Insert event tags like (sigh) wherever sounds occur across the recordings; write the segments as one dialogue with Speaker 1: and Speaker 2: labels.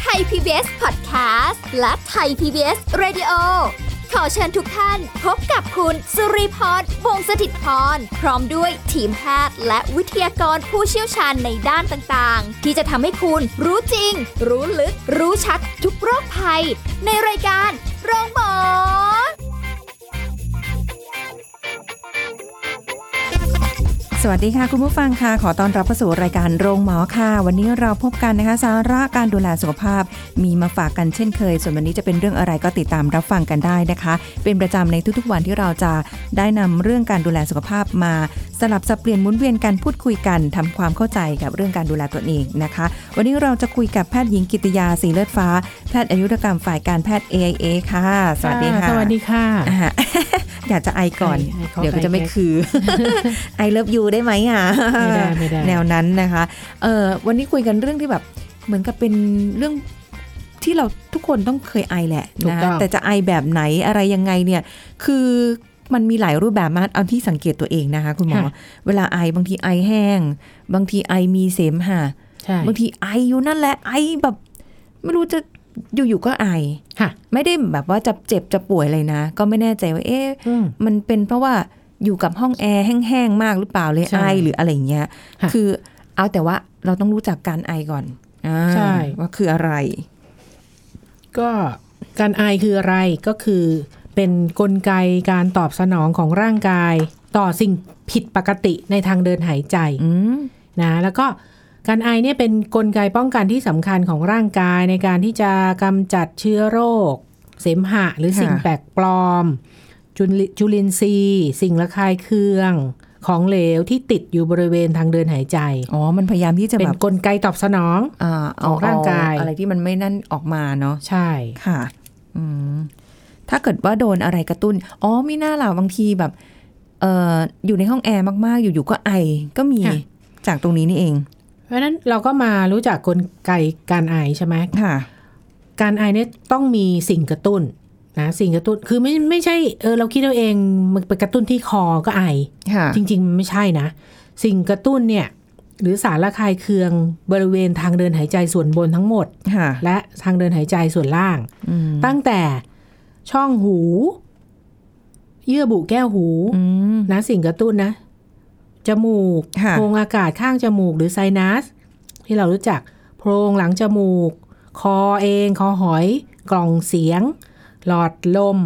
Speaker 1: ไทย PBS Podcast และไทย PBS Radio ขอเชิญทุกท่านพบกับคุณสุริพรวงศสถิตพร พร้อมด้วยทีมแพทย์และวิทยากรผู้เชี่ยวชาญในด้านต่างๆ ที่จะทำให้คุณรู้จริง รู้ลึก รู้ชัดทุกโรคภัย ในรายการโรงพยาบาล
Speaker 2: สวัสดีค่ะ คุณผู้ฟังค่ะ ขอต้อนรับเข้าสู่รายการโรงหมอค่ะ วันนี้เราพบกันนะคะ สาระการดูแลสุขภาพ มีมาฝากกันเช่นเคย ส่วนวันนี้จะเป็นเรื่องอะไรก็ติดตามรับฟังกันได้นะคะ เป็นประจำในทุกๆวันที่เราจะได้นำเรื่องการดูแลสุขภาพมา สลับสับเปลี่ยนหมุนเวียนกันพูดคุยกันทำความเข้าใจกับเรื่องการดูแลตัวเองนะคะ วันนี้เราจะคุยกับแพทย์หญิงกิติยาสีเลือดฟ้าแพทย์อายุรกรรมฝ่ายการแพทย์ AIA ค่ะ สวัสดีค่ะ
Speaker 3: สวัสดีค่ะ
Speaker 2: อ่ะ (laughs) อยากจะไอก่อน
Speaker 3: ไอไอขอ
Speaker 2: เดี๋ยวก็
Speaker 3: ไอ
Speaker 2: จะไม่
Speaker 3: แก๊ก
Speaker 2: คือ (laughs) ไอเลิฟยูได้ไหมอ่ะ
Speaker 3: ไม่ได้ไม่ได้
Speaker 2: แนวนั้นนะคะเออวันนี้คุยกันเรื่องที่แบบเหมือนกับเป็นเรื่องที่เราทุกคนต้องเคยไอแหละ
Speaker 3: ถูก
Speaker 2: นะ
Speaker 3: ต้อง
Speaker 2: แต่จะไอแบบไหนอะไรยังไงเนี่ย คือมันมีหลายรูปแบบมากเอาที่สังเกตตัวเองนะคะ คุณหมอ
Speaker 3: ค่ะ
Speaker 2: เวลาไอบางทีไอแห้ง บางทีไอมีเสมหะ
Speaker 3: ใช่
Speaker 2: บางทีไออยู่นั่นแหละไอแบบ ไม่รู้จะอยู่ๆก็ไอ
Speaker 3: ค่ะ
Speaker 2: ไม่ได้แบบว่าจะเจ็บจะป่วยเลยนะ ก็ไม่แน่ใจว่าเอ๊ะ
Speaker 3: อืม
Speaker 2: มันเป็นเพราะว่าอยู่กับห้องแอร์แห้งๆมากหรือเปล่าเลย
Speaker 3: ใช่
Speaker 2: ไอหรืออะไรอย่างเงี้ย
Speaker 3: ค่ะ
Speaker 2: คือเอาแต่ว่าเราต้องรู้จักการไอก่อนอา
Speaker 3: ใช่
Speaker 2: ว่าคืออะไร
Speaker 3: ก็การไอคืออะไรก็คือเป็นกลไกการตอบสนองของร่างกาย ต่อสิ่งผิดปกติในทางเดินหายใจ
Speaker 2: อืม
Speaker 3: นะแล้วก็การไอเนี่ยเป็นกลไกป้องกันที่สำคัญของร่างกายในการที่จะกำจัดเชื้อโรค เสมหะหรือสิ่งแปลกปลอมจุลิจุลินทรีย์ สิ่งละคายเคืองของเหลวที่ติดอยู่บริเวณทางเดินหายใจ
Speaker 2: อ๋อมันพยายามที่จะ
Speaker 3: เป็
Speaker 2: แบ
Speaker 3: น
Speaker 2: บ
Speaker 3: กลไกตอบสนอง
Speaker 2: อ่าเอา
Speaker 3: ของร่างกาย
Speaker 2: เออะไรที่มันไม่นั่นออกมาเนาะ
Speaker 3: ใช่
Speaker 2: ค่ะอืมถ้าเกิดว่าโดนอะไรกระตุ้นอ๋อมีหน้าล่ะบางทีแบบเอ่ออยู่ในห้องแอร์มากๆ อยู่ๆก็ไอก็มี
Speaker 3: ค่ะ
Speaker 2: จากตรงนี้นี่เอง
Speaker 3: เพราะฉะนั้นเราก็มารู้จักกลไกการไอใช่ไหม
Speaker 2: ค่ะ
Speaker 3: การไอเนี่ยต้องมีสิ่งกระตุ้นนะสิ่งกระตุ้นคือไม่ไม่ใช่เออเราคิดเอาเองมันไปกระตุ้นที่คอก็ไอ
Speaker 2: ค่ะ
Speaker 3: จริงๆมันไม่ใช่นะ สิ่งกระตุ้นเนี่ยหรือสารละคายเคืองบริเวณทางเดินหายใจส่วนบนทั้งหมด
Speaker 2: ค่ะ
Speaker 3: และทางเดินหายใจส่วนล่าง
Speaker 2: อืม
Speaker 3: ตั้งแต่ช่องหู เยื่อบุแก้วหู
Speaker 2: อืม
Speaker 3: นะสิ่งกระตุ้นนะ จมูก
Speaker 2: ค่ะ
Speaker 3: โพรงอากาศข้างจมูกหรือไซนัส ที่เรารู้จักโพรงหลังจมูก คอเอง คอหอย กล่องเสียง หลอดลม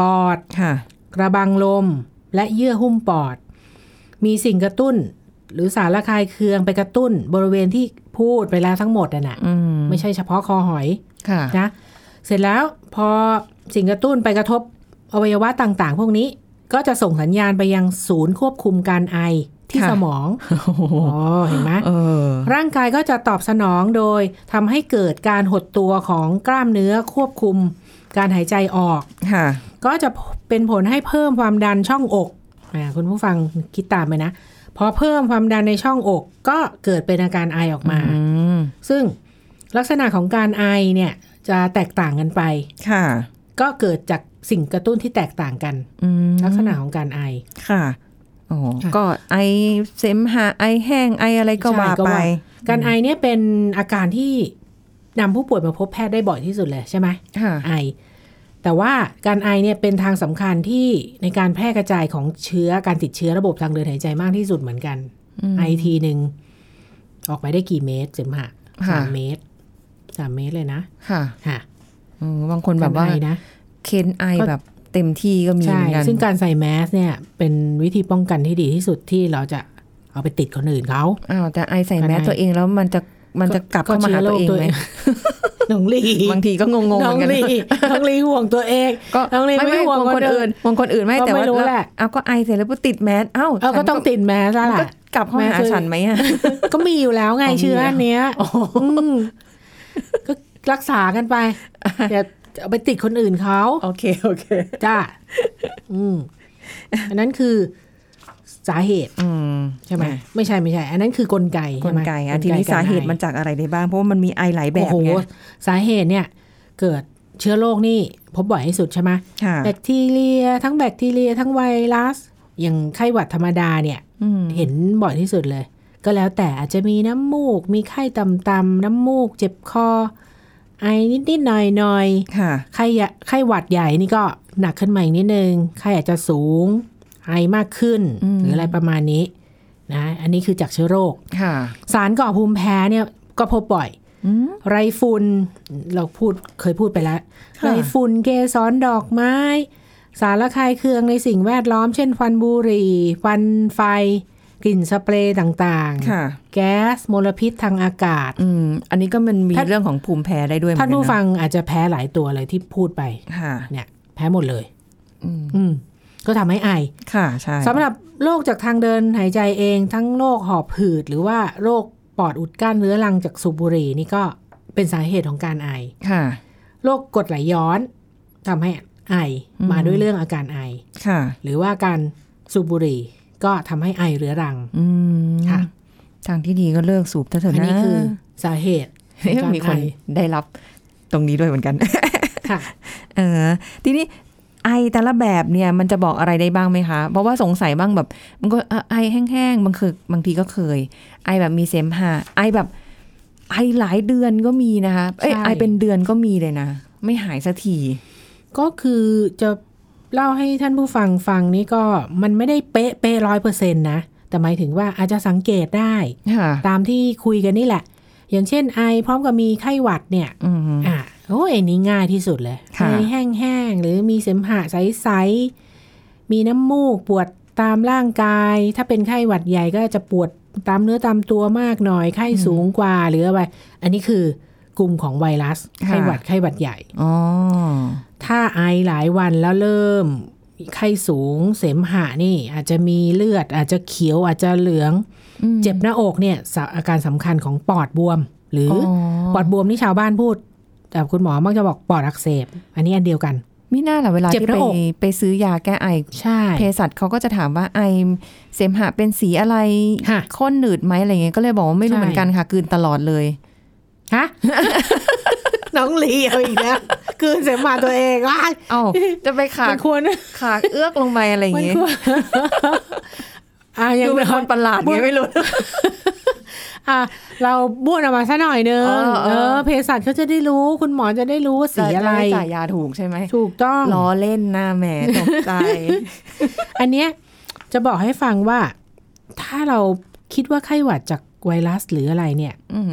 Speaker 3: ปอด
Speaker 2: ค่ะ
Speaker 3: กระบังลม และเยื่อหุ้มปอด มีสิ่งกระตุ้น หรือสารละคายเคืองไปกระตุ้น บริเวณที่พูดไปแล้วทั้งหมดน่ะนะ
Speaker 2: อืม
Speaker 3: ไม่ใช่เฉพาะคอหอย
Speaker 2: ค่ะ
Speaker 3: นะเสร็จแล้วพอสิ่งกระตุ้นไปกระทบอวัยวะต่างๆ พวกนี้ก็จะส่งสัญญาณไปยังศูนย์ควบคุมการไอที่
Speaker 2: ค่ะ
Speaker 3: สมองอ๋อเห็นไหม
Speaker 2: เออ
Speaker 3: ร่างกายก็จะตอบสนองโดยทำให้เกิดการหดตัวของกล้ามเนื้อควบคุมการหายใจออก
Speaker 2: ค่ะ
Speaker 3: ก็จะเป็นผลให้เพิ่มความดันช่องอกอ่าคุณผู้ฟังคิดตามไปนะพอเพิ่มความดันในช่องอก ก็เกิดเป็นอาการไอออกมา
Speaker 2: อืม
Speaker 3: ซึ่งลักษณะของการไอเนี่ยจะแตกต่างกันไป
Speaker 2: ค่ะ
Speaker 3: ก็เกิดจากสิ่งกระตุ้นที่แตกต่างกัน
Speaker 2: อืม
Speaker 3: ลักษณะของการไอ
Speaker 2: ค่ะโอ้
Speaker 3: ค่ะ
Speaker 2: ก็ไอเสมหะไอแห้งไออะไรก็ว่า
Speaker 3: ใช่
Speaker 2: ไป
Speaker 3: การไอเนี่ยเป็นอาการที่นำผู้ป่วยมาพบแพทย์ได้บ่อยที่สุดเลยใช่ไหม
Speaker 2: ค่ะ
Speaker 3: ไอ แต่ว่าการไอเนี่ยเป็นทางสำคัญที่ในการแพร่กระจายของเชื้อการติดเชื้อระบบทางเดินหายใจมากที่สุดเหมือนกัน
Speaker 2: อืม
Speaker 3: ไอทีหนึ่งออกไปได้กี่เมตรเสมหะ
Speaker 2: ค่ะ
Speaker 3: สามเมตรสามเมตรเลยนะ
Speaker 2: ค่ะ
Speaker 3: ค่ะ
Speaker 2: เออบางคนแบบว่า
Speaker 3: การไอนะ
Speaker 2: เค้นไอ
Speaker 3: ก็
Speaker 2: แบบเต็มที่ก็มี
Speaker 3: ใช่
Speaker 2: เหมือนกัน
Speaker 3: ซึ่งการใส่แมสเนี่ยเป็นวิธีป้องกันที่ดีที่สุดที่เราจะเอาไปติดคนอื่นเขา
Speaker 2: อ้าวแต่ไอใส่
Speaker 3: การ
Speaker 2: แมส
Speaker 3: ไอ
Speaker 2: ตัวเองแล้วมันจะมันจะกลับเข้ามาหาตัวเองไหม
Speaker 3: น้อง (laughs) ลี
Speaker 2: บางทีก็งงๆเหมื
Speaker 3: น้อ
Speaker 2: อง นกัน
Speaker 3: ลีน้องลีห่วงตัวเอง
Speaker 2: ก็
Speaker 3: น้องลี
Speaker 2: ไม่
Speaker 3: ไม่
Speaker 2: ไม่
Speaker 3: ห่วง
Speaker 2: บางคนอื่นบางคนอื่นไม่
Speaker 3: ก็
Speaker 2: แต่
Speaker 3: ไม่
Speaker 2: ว่า
Speaker 3: รู้แหละ
Speaker 2: เอาก็ไอเสร็จแล้วปุ๊บติดแมสเอ้า
Speaker 3: เอาก็
Speaker 2: ฉัน
Speaker 3: ต้องติดแมสแล้ว
Speaker 2: ก็
Speaker 3: ล่ะ
Speaker 2: กลับเข้ามา
Speaker 3: แมส
Speaker 2: หา
Speaker 3: คือ
Speaker 2: ฉันไหมอะ
Speaker 3: ก็มีอยู่แล้วไง
Speaker 2: อ๋อมี
Speaker 3: เชื้ออันเนี้ยมก็รักษากันไปอย่าเอาไปติดคนอื่นเขา
Speaker 2: โอเค โอเค
Speaker 3: จ้าอืมอันนั้นคือสาเหตุ
Speaker 2: อืม
Speaker 3: ใช่ไหมไม่ใช่ไม่ใช่ อันนั้นคือกลไก
Speaker 2: ก
Speaker 3: ใช่
Speaker 2: ล
Speaker 3: ไหม
Speaker 2: ไกอ่ะทีนี้
Speaker 3: ก
Speaker 2: สา
Speaker 3: ไก
Speaker 2: เหตุ
Speaker 3: ไอ
Speaker 2: มันจากอะไรได้บ้าง เพราะว่ามันมีไอหลายแบ
Speaker 3: โอ้
Speaker 2: บ
Speaker 3: โห
Speaker 2: ไง
Speaker 3: สาเหตุเนี่ย เกิดเชื้อโรคนี่พบบ่อยที่สุดใช่ไหม
Speaker 2: ค่ะ
Speaker 3: แบคทีเรีย ทั้งแบคทีเรีย ทั้งไวรัส อย่างไข้หวัดธรรมดาเนี่ย
Speaker 2: อืม
Speaker 3: เห็นบ่อยที่สุดเลย ก็แล้วแต่อาจจะมีน้ำมูก มีไข้ต่ำๆน้ำมูก เจ็บคอ ไอนิดๆหน่อยๆ
Speaker 2: ค่ะ
Speaker 3: ไข้ยะไข้หวัดใหญ่นี่ก็หนักขึ้นมาอีกนิดนึง ไข้อาจจะสูง ไอมากขึ้น
Speaker 2: อืม
Speaker 3: หรืออะไรประมาณนี้นะ อันนี้คือจากเชื้อโรค
Speaker 2: ค่ะ
Speaker 3: สารก่อภูมิแพ้เนี่ยก็พบบ่อย
Speaker 2: อืม
Speaker 3: ไรฝุ่นเราพูดเคยพูดไปแล้ว
Speaker 2: ค่ะ
Speaker 3: ไรฝุ่นเกสรดอกไม้ สารละคายเคืองในสิ่งแวดล้อม เช่นควันบุหรี่ควันไฟ กลิ่นสเปรย์ต่าง
Speaker 2: ค่ะ
Speaker 3: ๆ แก๊สมลพิษทางอากาศ
Speaker 2: อืม อันนี้ก็มันมี
Speaker 3: ท่าน
Speaker 2: เรื่องของภูมิแพ้ได้ด้วยเหมือ
Speaker 3: ท่าน
Speaker 2: นกั
Speaker 3: ผู้
Speaker 2: น
Speaker 3: ฟั
Speaker 2: นะ
Speaker 3: งอาจจะแพ้หลายตัวเลยที่พูดไป
Speaker 2: ค่ะ
Speaker 3: เนี่ยแพ้หมดเลย
Speaker 2: อืม
Speaker 3: อืม ก็ทำให้ไอ
Speaker 2: ค่ะ ใช่
Speaker 3: สำหรับโรคจากทางเดินหายใจเองทั้งโรคหอบหืด หรือว่าโรคปอดอุดกั้นเรื้อรังจากสูบบุหรี่นี่ก็เป็นสาเหตุของการไอ
Speaker 2: ค่ะ
Speaker 3: โรคกรดไหลย้อนทำให้ไอ
Speaker 2: อืม
Speaker 3: มาด้วยเรื่องอาการไอ
Speaker 2: ค่ะ
Speaker 3: หรือว่าการสูบบุหรี่ก็ทำให้ไอเรื้อรัง
Speaker 2: อืม
Speaker 3: ค่ะ
Speaker 2: ทางที่ดีก็เลิกสูบเถอะ
Speaker 3: อัน
Speaker 2: นะ
Speaker 3: นี้คือสาเหตุข
Speaker 2: เอ๊ะ
Speaker 3: อง
Speaker 2: มี
Speaker 3: กา
Speaker 2: ค
Speaker 3: ร
Speaker 2: นได้รับตรงนี้ด้วยเหมือนกัน
Speaker 3: ไอค่ะ
Speaker 2: เออทีนี้ไอแต่ละแบบเนี่ยมันจะบอกอะไรได้บ้างไหมคะ เพราะว่าสงสัยบ้างแบบมันก็เอ่อไอแห้งๆบางคือบางทีก็เคย ไอแบบมีเสมหะไอแบบ ไอหลายเดือนก็มีนะคะเอ้ย
Speaker 3: ใช่
Speaker 2: ไอเป็นเดือนก็มีเลยนะ ไม่หายสักที
Speaker 3: ก็คือจะเล่าให้ท่านผู้ฟังฟังนี่ก็มันไม่ได้เป๊ะเป๊ะร้อยเปอร์เซ็นต์นะ แต่หมายถึงว่าอาจจะสังเกตได้
Speaker 2: ค่ะ
Speaker 3: ตามที่คุยกันนี่แหละ อย่างเช่นไอพร้อมกับมีไข้หวัดเนี่ย
Speaker 2: อืม
Speaker 3: อ่ะโอ้ยอันนี้ง่ายที่สุดเลยไอ
Speaker 2: ค่ะ
Speaker 3: แห้งๆ หรือมีเสมหะใสๆ มีน้ำมูกปวดตามร่างกาย ถ้าเป็นไข้หวัดใหญ่ก็จะปวดตามเนื้อตามตัวมากหน่อย ไข้สูงกว่าหรืออะไรอันนี้คือกลุ่มของไวรัส ไข้หวัดไข้หวัดใหญ่
Speaker 2: อ๋อ
Speaker 3: ถ้าไอหลายวันแล้วเริ่ม ไข้สูงเสมหะนี่ อาจจะมีเลือด อาจจะเขียวอาจจะเหลือง
Speaker 2: อืม
Speaker 3: เจ็บหน้าอกเนี่ยสะอาการสำคัญของปอดบวม หรือ
Speaker 2: อ๋
Speaker 3: อ
Speaker 2: อ
Speaker 3: ปอดบวมนี่ชาวบ้านพูด แต่คุณหมอมักจะบอกปอดอักเสบ อันนี้อันเดียวกัน
Speaker 2: ไม่น่าหรอเวลา
Speaker 3: เจ็บ
Speaker 2: ที่ไป
Speaker 3: หน้าอก
Speaker 2: ไปซื้อยาแก้ไอ
Speaker 3: ใช่
Speaker 2: เภสัชเขาก็จะถามว่าไอเสมหะเป็นสีอะไร
Speaker 3: ค่ะ
Speaker 2: ข้นหนืดไหมอะไรเงี้ยก็เลยบอกว่าไม่รู้
Speaker 3: ใช่
Speaker 2: เหมือนกันค่ะกลืนตลอดเลย
Speaker 3: ฮะ (laughs) น้องลีเอาอีกแล้วกลืนเสมหะตัวเองว้าย
Speaker 2: เอ้าจะไปขา
Speaker 3: มั
Speaker 2: ก
Speaker 3: นควร
Speaker 2: ขาเอื้อกลงไปอะไรอย่าง
Speaker 3: มัน
Speaker 2: งี้
Speaker 3: ควรอ่ะอยั
Speaker 2: ดู
Speaker 3: ง
Speaker 2: เป็นคนประหลาดเงี้ยไม่รู้
Speaker 3: (laughs) อ่ะเราบ้วนออกมาซะหน่อยนึง
Speaker 2: เออเออ
Speaker 3: เออเภสัชเขาจะได้รู้ คุณหมอจะได้รู้ว่าสีอะไร
Speaker 2: ด้จ่ายยาถูกใช่ไหม
Speaker 3: ถูกต้อง
Speaker 2: ล้อเล่นหน้าแหมตก
Speaker 3: (laughs)
Speaker 2: ใจ
Speaker 3: อันเนี้ยจะบอกให้ฟังว่า ถ้าเราคิดว่าไข้หวัดจากไวรัสหรืออะไรเนี่ย
Speaker 2: อืม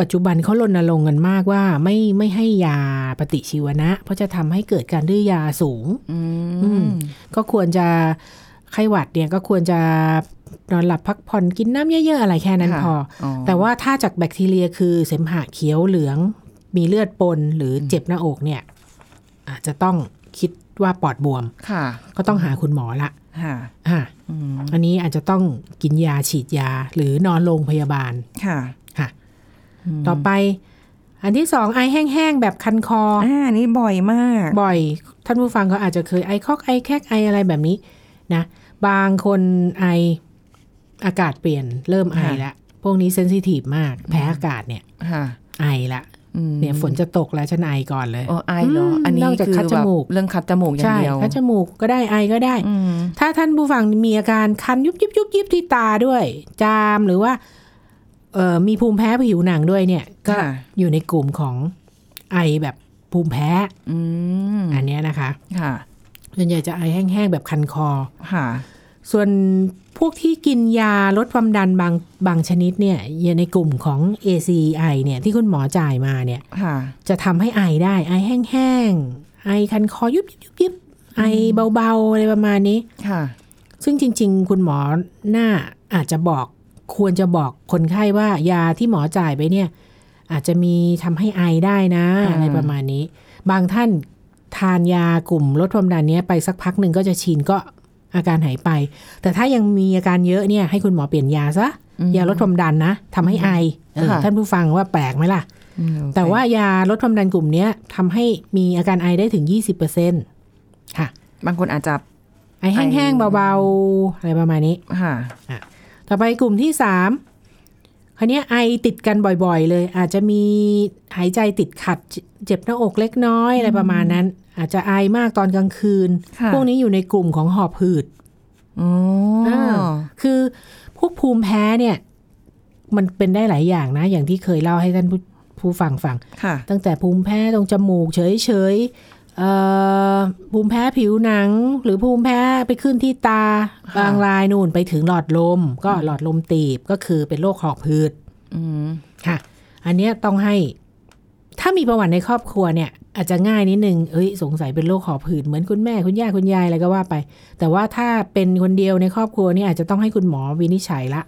Speaker 3: ปัจจุบันเขารณรงค์กันมากว่า ไม่ไม่ให้ยาปฏิชีวนะ เพราะจะทำให้เกิดการดื้อยาสูง
Speaker 2: อื
Speaker 3: อื
Speaker 2: ม
Speaker 3: ม ก็ควรจะไข้หวัดเนี่ยก็ควรจะนอนหลับพักผ่อนกินน้ำเยอะ ๆ อะไรแค่นั้น
Speaker 2: ค่ะ
Speaker 3: พอ แต่ว่าถ้าจากแบคทีเรียคือเสมหะเขียวเหลือง มีเลือดปนหรือเจ็บหน้าอกเนี่ย อาจจะต้องคิดว่าปอดบวม
Speaker 2: ค่ะ
Speaker 3: ก็ต้องหาคุณหมอละ
Speaker 2: ค่ะ
Speaker 3: อ่ะ
Speaker 2: อืม
Speaker 3: อันนี้อาจจะต้องกินยาฉีดยาหรือนอนโรงพยาบาล
Speaker 2: ค่ะ
Speaker 3: ค่ะ ต่อไป อันที่สองไอแห้งๆ แบบคันคอ
Speaker 2: อ่านี่บ่อยมาก
Speaker 3: บ่อย ท่านผู้ฟังเขาอาจจะเคยไอคอกไอแคกไออะไรแบบนี้นะ บางคนไออากาศเปลี่ยนเริ่มไอละ พวกนี้เซนซิทีฟมาก แพ้อากาศเนี่ย
Speaker 2: ค่ะ
Speaker 3: ไอละ
Speaker 2: อืม
Speaker 3: เนี่ยฝนจะตกแล้วฉันไอก่อนเลย
Speaker 2: โอ้ไอเหรอ
Speaker 3: ม
Speaker 2: อันนี้
Speaker 3: นอกจาก
Speaker 2: คือ
Speaker 3: คัดจ
Speaker 2: แบบ
Speaker 3: มูก
Speaker 2: เรื่องคัดจมูกอย่าง
Speaker 3: ใช่
Speaker 2: เดียว
Speaker 3: คัดจมูกก็ได้ไอก็ได้
Speaker 2: อืม
Speaker 3: ถ้าท่านผู้ฟังมีอาการคันยุบยุบยุบยิบที่ตาด้วย จามหรือว่าเอ่อมีภูมิแพ้ผิวหนังด้วยเนี่ย ก็
Speaker 2: ค่ะ
Speaker 3: อยู่ในกลุ่มของไอแบบภูมิแพ้
Speaker 2: อืม
Speaker 3: อันเนี้ยนะคะ
Speaker 2: ค่ะ
Speaker 3: ส่วนใหญ่จะไอแห้งๆแบบคันคอ
Speaker 2: ค่ะ
Speaker 3: ส่วนพวกที่กินยาลดความดันบางบางชนิดเนี่ยอยู่ในกลุ่มของ ACI เนี่ยที่คุณหมอจ่ายมาเนี่ย
Speaker 2: ค่ะ
Speaker 3: จะทำให้ไอได้ ไอแห้งๆไอคันคอยุบยุบยุบยุบไอเบาๆอะไรประมาณนี้
Speaker 2: ค่ะ
Speaker 3: ซึ่งจริง ๆ คุณหมอหน้าอาจจะบอกควรจะบอกคนไข้ว่ายาที่หมอจ่ายไปเนี่ย อาจจะมีทำให้ไอได้นะ
Speaker 2: อืม
Speaker 3: อะไรประมาณนี้ บางท่านทานยากลุ่มลดความดันเนี้ยไปสักพักหนึ่งก็จะชินก็อาการหายไป แต่ถ้ายังมีอาการเยอะเนี่ยให้คุณหมอเปลี่ยนยาซะ
Speaker 2: อืม
Speaker 3: ยาลดความดันนะทำให้ไอเออ
Speaker 2: ค่ะ
Speaker 3: ท่านผู้ฟังว่าแปลกไหมล่ะ
Speaker 2: อืมโอเค
Speaker 3: แต่ว่ายาลดความดันกลุ่มเนี้ยทำให้มีอาการไอได้ถึง 20%ค่ะ
Speaker 2: บางคนอาจจะ
Speaker 3: ไอแห้งๆเบาๆอะไรประมาณนี้
Speaker 2: ค่ะ
Speaker 3: ต่อไปกลุ่มที่สามคันนี้ยไอติดกันบ่อยๆ เลย อาจจะมีหายใจติดขัดเจเจ็บหน้าอกเล็กน้อยอะไรประมาณนั้น อาจจะไอมากตอนกลางคืน
Speaker 2: ค่ะ
Speaker 3: พวกนี้อยู่ในกลุ่มของหอบหืด
Speaker 2: อ๋ออา
Speaker 3: คือพวกภูมิแพ้เนี่ย มันเป็นได้หลายอย่างนะ อย่างที่เคยเล่าให้ท่านผู้ผู้ฟังฟัง
Speaker 2: ค่ะ
Speaker 3: ตั้งแต่ภูมิแพ้ตรงจมูกเฉยเฉยๆเอ่อภูมิแพ้ผิวหนัง หรือภูมิแพ้ไปขึ้นที่ตา
Speaker 2: ค่ะ
Speaker 3: บางรายนู่นไปถึงหลอดลม ก็หลอดลมตีบก็คือเป็นโรคหอบหืด
Speaker 2: อืม
Speaker 3: ค่ะ อันเนี้ยต้องให้ ถ้ามีประวัติในครอบครัวเนี่ย อาจจะง่ายนิดนึง เอ้ย สงสัยเป็นโรคหอบหืดเหมือนคุณแม่คุณย่าคุณยายอะไรก็ว่าไป แต่ว่าถ้าเป็นคนเดียวในครอบครัวเนี่ยอาจจะต้องให้คุณหมอวินิจฉัยละ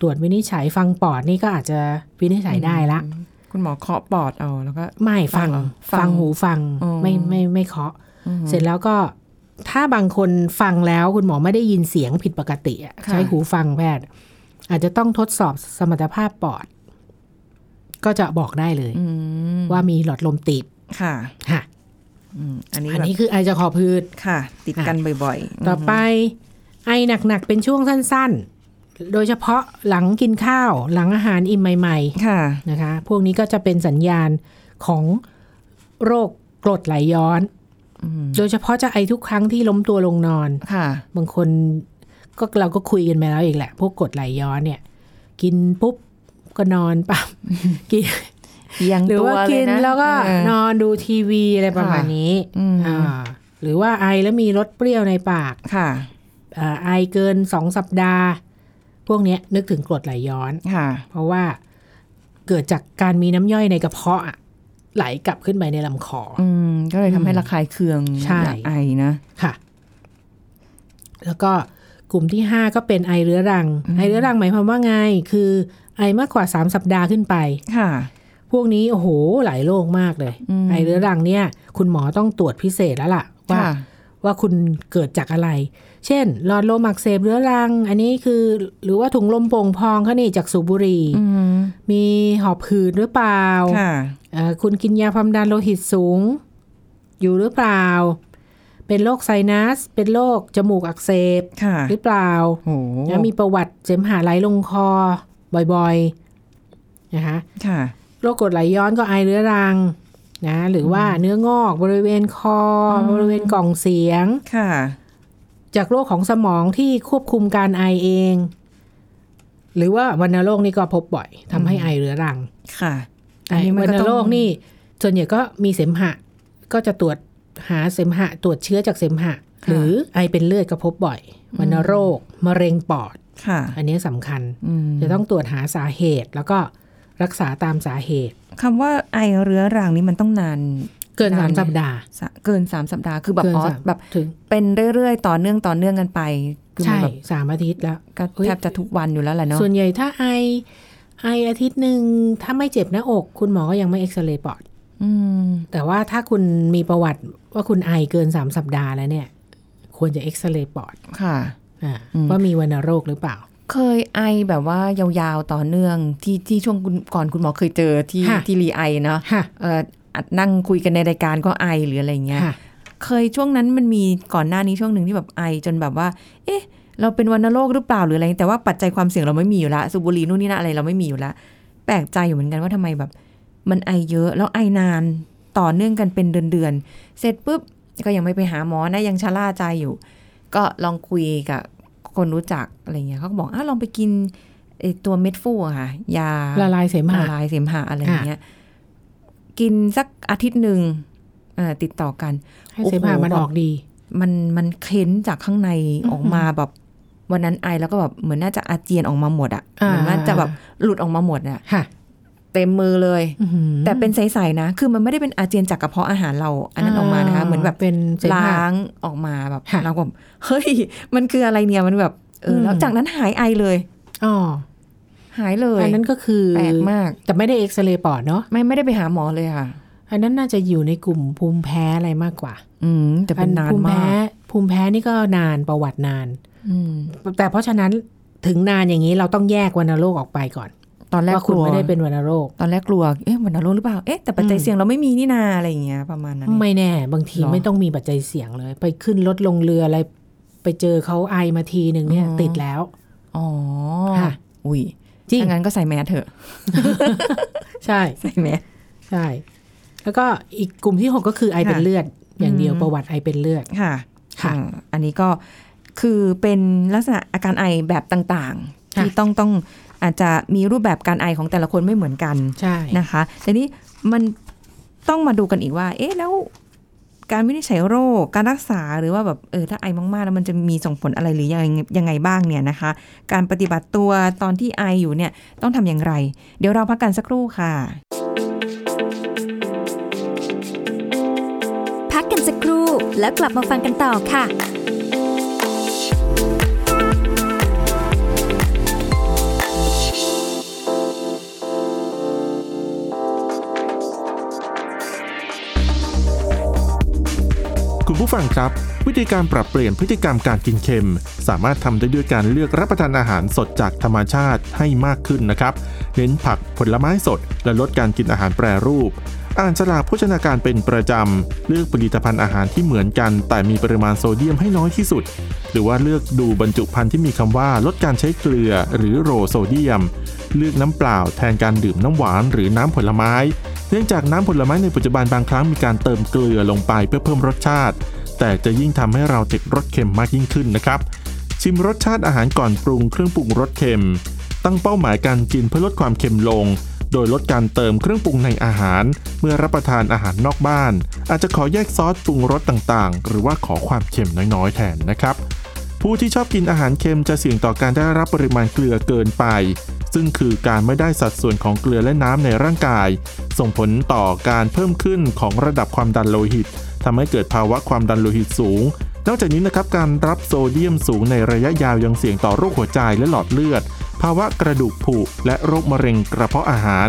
Speaker 3: ตรวจวินิจฉัยฟังปอดนี่ก็อาจจะวินิจฉัยได้ละ
Speaker 2: คุณหมอเคาะปอดเอาแล้วก็
Speaker 3: ไม่ฟัง
Speaker 2: ฟัง
Speaker 3: ฟังหูฟัง
Speaker 2: อ๋อ
Speaker 3: ไม่ไม่ไม่เคาะ
Speaker 2: อืม
Speaker 3: เสร็จแล้วก็ถ้าบางคนฟังแล้วคุณหมอไม่ได้ยินเสียงผิดปกติอะ
Speaker 2: ค่ะ
Speaker 3: ใช้หูฟังแพทย์ อาจจะต้องทดสอบสมรรถภาพปอด ก็จะบอกได้เลย
Speaker 2: อืม
Speaker 3: ว่ามีหลอดลมตีบ
Speaker 2: ค่ะ
Speaker 3: ค่ะ
Speaker 2: อืมอันนี้
Speaker 3: อัน
Speaker 2: แบบ
Speaker 3: นี้คือไอจะขอบพืช
Speaker 2: ค่ะ ติดกันบ่อยๆ
Speaker 3: ต่อไป ไอหนักๆ เป็นช่วงสั้นๆ โดยเฉพาะหลังกินข้าว หลังอาหารอิ่มใหม่ ๆ
Speaker 2: ค่ะ
Speaker 3: นะคะ พวกนี้ก็จะเป็นสัญญาณของโรคกรดไหลย้อน
Speaker 2: อืม
Speaker 3: โดยเฉพาะจะไอทุกครั้งที่ล้มตัวลงนอน
Speaker 2: ค่ะ
Speaker 3: บางคนก็เราก็คุยกันมาแล้วอีกแหละ พวกกรดไหลย้อนเนี่ย กินปุ๊บก็นอนปั๊บ (laughs) กิน
Speaker 2: เอียง
Speaker 3: หรือ
Speaker 2: (laughs) ตัว
Speaker 3: ว่า
Speaker 2: เล
Speaker 3: กิ
Speaker 2: ย
Speaker 3: น
Speaker 2: นะ
Speaker 3: แล้วก็
Speaker 2: เออ
Speaker 3: นอนดูทีวีอะไรประมาณ
Speaker 2: ค่ะ
Speaker 3: นี้
Speaker 2: อืม
Speaker 3: อ่าหรือว่าไอแล้วมีรสเปรี้ยวในปาก
Speaker 2: ค่ะ
Speaker 3: อ่าไอเกินสองสัปดาห์ พวกเนี้ยนึกถึงกรดไหลย้อน
Speaker 2: ค่ะ
Speaker 3: เพราะว่าเกิดจากการมีน้ำย่อยในกระเพาะอะไหลกลับขึ้นไปในลำคออ
Speaker 2: อืม ก็เลยทำให้ระคายเคือง
Speaker 3: ใช่
Speaker 2: อยากไอนะ
Speaker 3: ค่ะ แล้วก็กลุ่มที่ 5 ก็เป็นไอเรื้อรัง ไอเรื้อรังหมายความว่าไง คือไอมากกว่า 3 สัปดาห์ขึ้นไป
Speaker 2: ค่ะ
Speaker 3: พวกนี้โอ้โหหลายโรคมากเลย
Speaker 2: อืม
Speaker 3: ไอเรื้อรังเนี่ย คุณหมอต้องตรวจพิเศษแล้วล่ะ ว่า
Speaker 2: ค่ะ
Speaker 3: ว่าคุณเกิดจากอะไร เช่นหลอดลมอักเสบเรื้อรัง อันนี้คือ หรือว่าถุงลมโป่งพองเขานี่จากสูบบุหรี่
Speaker 2: อืม
Speaker 3: มีหอบหืดหรือเปล่า
Speaker 2: ค่ะ
Speaker 3: เอ่อคุณกินยาความดันโลหิตสูง อยู่หรือเปล่า เป็นโรคไซนัส เป็นโรคจมูกอักเสบ
Speaker 2: ค่ะ
Speaker 3: หรือเปล่า
Speaker 2: โอ้โห
Speaker 3: แล้วมีประวัติเสมหะไหลลงคอบ่อยๆนะคะ
Speaker 2: ค่ะ
Speaker 3: โรคกรดไหลย้อนก็ไอเรื้อรังนะหรือว่าเนื้องอกบริเวณคออบริเวณกล่องเสียง
Speaker 2: ค่ะ
Speaker 3: จากโรคของสมองที่ควบคุมการไอเอง หรือว่าวัณโรคนี่ก็พบบ่อยทำให้ไอเรื้อรัง
Speaker 2: ค่ะ อั
Speaker 3: ไอ้
Speaker 2: นนี้มัน
Speaker 3: วั
Speaker 2: ก็
Speaker 3: ณ
Speaker 2: ต้อง
Speaker 3: โรคนี่ส่วนใหญ่ก็มีเสมหะ ก็จะตรวจหาเสมหะ ตรวจเชื้อจากเสมหะ
Speaker 2: ค่ะ
Speaker 3: หรือไอเป็นเลือดก็พบบ่อยวัณโรคมะเร็งปอด
Speaker 2: ค่ะ
Speaker 3: อันนี้สำคัญ
Speaker 2: อืม
Speaker 3: จะต้องตรวจหาสาเหตุ แล้วก็รักษาตามสาเหตุ
Speaker 2: คำว่าไอเรื้อรังนี่มันต้องนาน
Speaker 3: เกิน
Speaker 2: นานไหม
Speaker 3: สามสัปดาห์
Speaker 2: สะเกินสามสัปดาห์คือแบบ
Speaker 3: เกิน
Speaker 2: อ๋อ
Speaker 3: สาม
Speaker 2: แบบ
Speaker 3: ถึง
Speaker 2: เป็นเรื่อยๆ ต่อเนื่องต่อเนื่องกันไปคือมั
Speaker 3: ใช่
Speaker 2: นแบบ
Speaker 3: สามอาทิตย์แล้ว
Speaker 2: ก็
Speaker 3: เฮ้ย
Speaker 2: แทบจะทุกวันอยู่แล้วแหละเนาะ
Speaker 3: ส่วนใหญ่ถ้าไอไออาทิตย์หนึ่งถ้าไม่เจ็บหน้าอก คุณหมอก็ยังไม่เอ็กซเรย์ปอด
Speaker 2: อืม
Speaker 3: แต่ว่าถ้าคุณมีประวัติว่าคุณไอเกินสามสัปดาห์แล้วเนี่ย ควรจะเอ็กซเรย์ปอด
Speaker 2: ค่ะ
Speaker 3: อ่า
Speaker 2: อืม
Speaker 3: ว่ามีวัณโรคหรือเปล่า
Speaker 2: เคยไอแบบว่ายาวๆต่อเนื่องที่ที่ช่วงคุณก่อนคุณหมอเคยเจอที่
Speaker 3: ค่ะ
Speaker 2: ที่รีไอเนาะ
Speaker 3: ค่ะ
Speaker 2: เอออัดนั่งคุยกันในรายการก็ไอหรืออะไรเงี้ย
Speaker 3: ค่ะ
Speaker 2: เคยช่วงนั้นมันมีก่อนหน้านี้ช่วงหนึ่งที่แบบไอจนแบบว่า เอ๊ะ เราเป็นวัณโรคหรือเปล่าหรืออะไร แต่ว่าปัจจัยความเสี่ยงเราไม่มีอยู่ละสูบบุหรี่นู่นนี่นั่นอะไรเราไม่มีอยู่ละแปลกใจอยู่เหมือนกันว่าทำไมแบบ มันไอเยอะแล้วไอนานต่อเนื่องกันเป็นเดือนๆเสร็จปุ๊บก็ยังไม่ไปหาหมอนะยังชะล่าใจอยู่ ก็ลองคุยกับคนรู้จักอะไรเงี้ยเขาก็บอกอ่ะลองไปกินไอ้ตัวเม็ดฟูอะค่ะ ยา
Speaker 3: ละลายเสม
Speaker 2: ละ
Speaker 3: หะ
Speaker 2: ลายเสมหะอะไรอย่างเงี้ย กินสักอาทิตย์หนึ่งอ่าติดต่อกัน
Speaker 3: ให้เสมหะ
Speaker 2: โอ้โห
Speaker 3: มันออกดี
Speaker 2: มันมันเค้นจากข้างในออกมาแบบ วันนั้นไอแล้วก็แบบเหมือนน่าจะอาเจียนออกมาหมดอะ
Speaker 3: อ่า
Speaker 2: เหมือนว่าจะแบบหลุดออกมาหมดอะ
Speaker 3: ค่ะ
Speaker 2: เต็มมือเลย
Speaker 3: อื้อหือ
Speaker 2: แต่เป็นใสๆนะ คือมันไม่ได้เป็นอาเจียนจากกระเพาะอาหารเราอันนั้นออกมานะคะ เหมือนแบบ
Speaker 3: เป็นเสม
Speaker 2: ล้า
Speaker 3: หะ
Speaker 2: งออกมาแบบ
Speaker 3: ค่ะ
Speaker 2: เราก็แบบเฮ้ย มันคืออะไรเนี่ยมันแบบเอออ
Speaker 3: ม
Speaker 2: แล้วจากนั้นหายไอเลย
Speaker 3: อ๋อ
Speaker 2: หายเลย
Speaker 3: อันนั้นก็คือ
Speaker 2: แปลกมาก
Speaker 3: แต่ไม่ได้เอ็กซเรย์ปอดเนาะ
Speaker 2: ไม่ไม่ได้ไปหาหมอเลยค่ะ
Speaker 3: อันนั้นน่าจะอยู่ในกลุ่มภูมิแพ้อะไรมากกว่า
Speaker 2: อืมแต่เป็นนาน
Speaker 3: ภูมิ
Speaker 2: มา
Speaker 3: แพ้
Speaker 2: ก
Speaker 3: ภูมิแพ้นี่ก็นานประวัตินาน
Speaker 2: อืม
Speaker 3: แต่เพราะฉะนั้นถึงนานอย่างนี้เราต้องแยกวัณโรคออกไปก่อน
Speaker 2: ตอนแรก
Speaker 3: ว่าก คุณ
Speaker 2: ลัว
Speaker 3: ไม่ได้เป็นวัณโรค
Speaker 2: ตอนแรกกลัว เอ๊ะวัณโรคหรือเปล่า เอ๊ะแต่ปัจจัย
Speaker 3: อืม
Speaker 2: เสี่ยงเราไม่มีนี่นาอะไรอย่างเงี้ยประมาณนั้น
Speaker 3: ไม่แน่ บางที
Speaker 2: หรอ
Speaker 3: ไม่ต้องมีปัจจัยเสี่ยงเลย ไปขึ้นรถลงเรืออะไร ไปเจอเขาไอมาทีหนึ่งเนี่ย
Speaker 2: อ๋อ
Speaker 3: ติดแล้ว
Speaker 2: อ๋อ
Speaker 3: ค่ะ
Speaker 2: อุ้ย
Speaker 3: จริง
Speaker 2: ถ้างั้นก็ใส่แมสเถอะ
Speaker 3: ใช่
Speaker 2: ใส่แมส
Speaker 3: ใช่ แล้วก็อีกกลุ่มที่ 6 ก็คือไอเป็น
Speaker 2: ค่ะ
Speaker 3: เลือด อย่างเดียว
Speaker 2: อืม
Speaker 3: ประวัติไอเป็นเลือด
Speaker 2: ค่ะ
Speaker 3: ค่ะ
Speaker 2: อ่าอันนี้ก็ คือเป็นลักษณะอาการไอแบบต่างๆ
Speaker 3: ค่ะ
Speaker 2: ที่ต้องต้องอาจจะมีรูปแบบการไอของแต่ละคนไม่เหมือนกัน
Speaker 3: ใช่
Speaker 2: นะคะแต่นี้มันต้องมาดูกันอีกว่า เอ๊ะแล้วการวินิจฉัยโรคการรักษาหรือว่าแบบเออถ้าไอมากๆ แล้วมันจะมีส่งผลอะไรหรือยังยังไงบ้างเนี่ยนะคะ การปฏิบัติตัวตอนที่ไออยู่เนี่ยต้องทำอย่างไร เดี๋ยวเราพักกันสักครู่ค่ะ
Speaker 1: พักกันสักครู่แล้วกลับมาฟังกันต่อค่ะ
Speaker 4: คุณผู้ฟังครับ วิธีการปรับเปลี่ยนพฤติกรรมการกินเค็ม สามารถทำได้ด้วยการเลือกรับประทานอาหารสดจากธรรมชาติให้มากขึ้นนะครับ เน้นผักผลไม้สด และลดการกินอาหารแปรรูป อ่านฉลากโภชนาการเป็นประจำ เลือกผลิตภัณฑ์อาหารที่เหมือนกัน แต่มีปริมาณโซเดียมให้น้อยที่สุด หรือว่าเลือกดูบรรจุภัณฑ์ที่มีคำว่าลดการใช้เกลือหรือโรโซเดียม เลือกน้ำเปล่าแทนการดื่มน้ำหวานหรือน้ำผลไม้ เนื่องจากน้ำผลไม้ในปัจจุบันบางครั้งมีการเติมเกลือลงไปเพื่อเพิ่มรสชาติ แต่จะยิ่งทำให้เราติดรสเค็มมากยิ่งขึ้นนะครับ ชิมรสชาติอาหารก่อนปรุงเครื่องปรุงรสเค็ม ตั้งเป้าหมายการกินเพื่อลดความเค็มลง โดยลดการเติมเครื่องปรุงในอาหาร เมื่อรับประทานอาหารนอกบ้าน อาจจะขอแยกซอสปรุงรสต่างๆ หรือว่าขอความเค็มน้อยๆ แทนนะครับ ผู้ที่ชอบกินอาหารเค็มจะเสี่ยงต่อการได้รับปริมาณเกลือเกินไป ซึ่งคือการไม่ได้สัดส่วนของเกลือและน้ำในร่างกาย ส่งผลต่อการเพิ่มขึ้นของระดับความดันโลหิตทำให้เกิดภาวะความดันโลหิตสูง นอกจากนี้นะครับการรับโซเดียมสูงในระยะยาวยังเสี่ยงต่อโรคหัวใจและหลอดเลือด ภาวะกระดูกผุและโรคมะเร็งกระเพาะอาหาร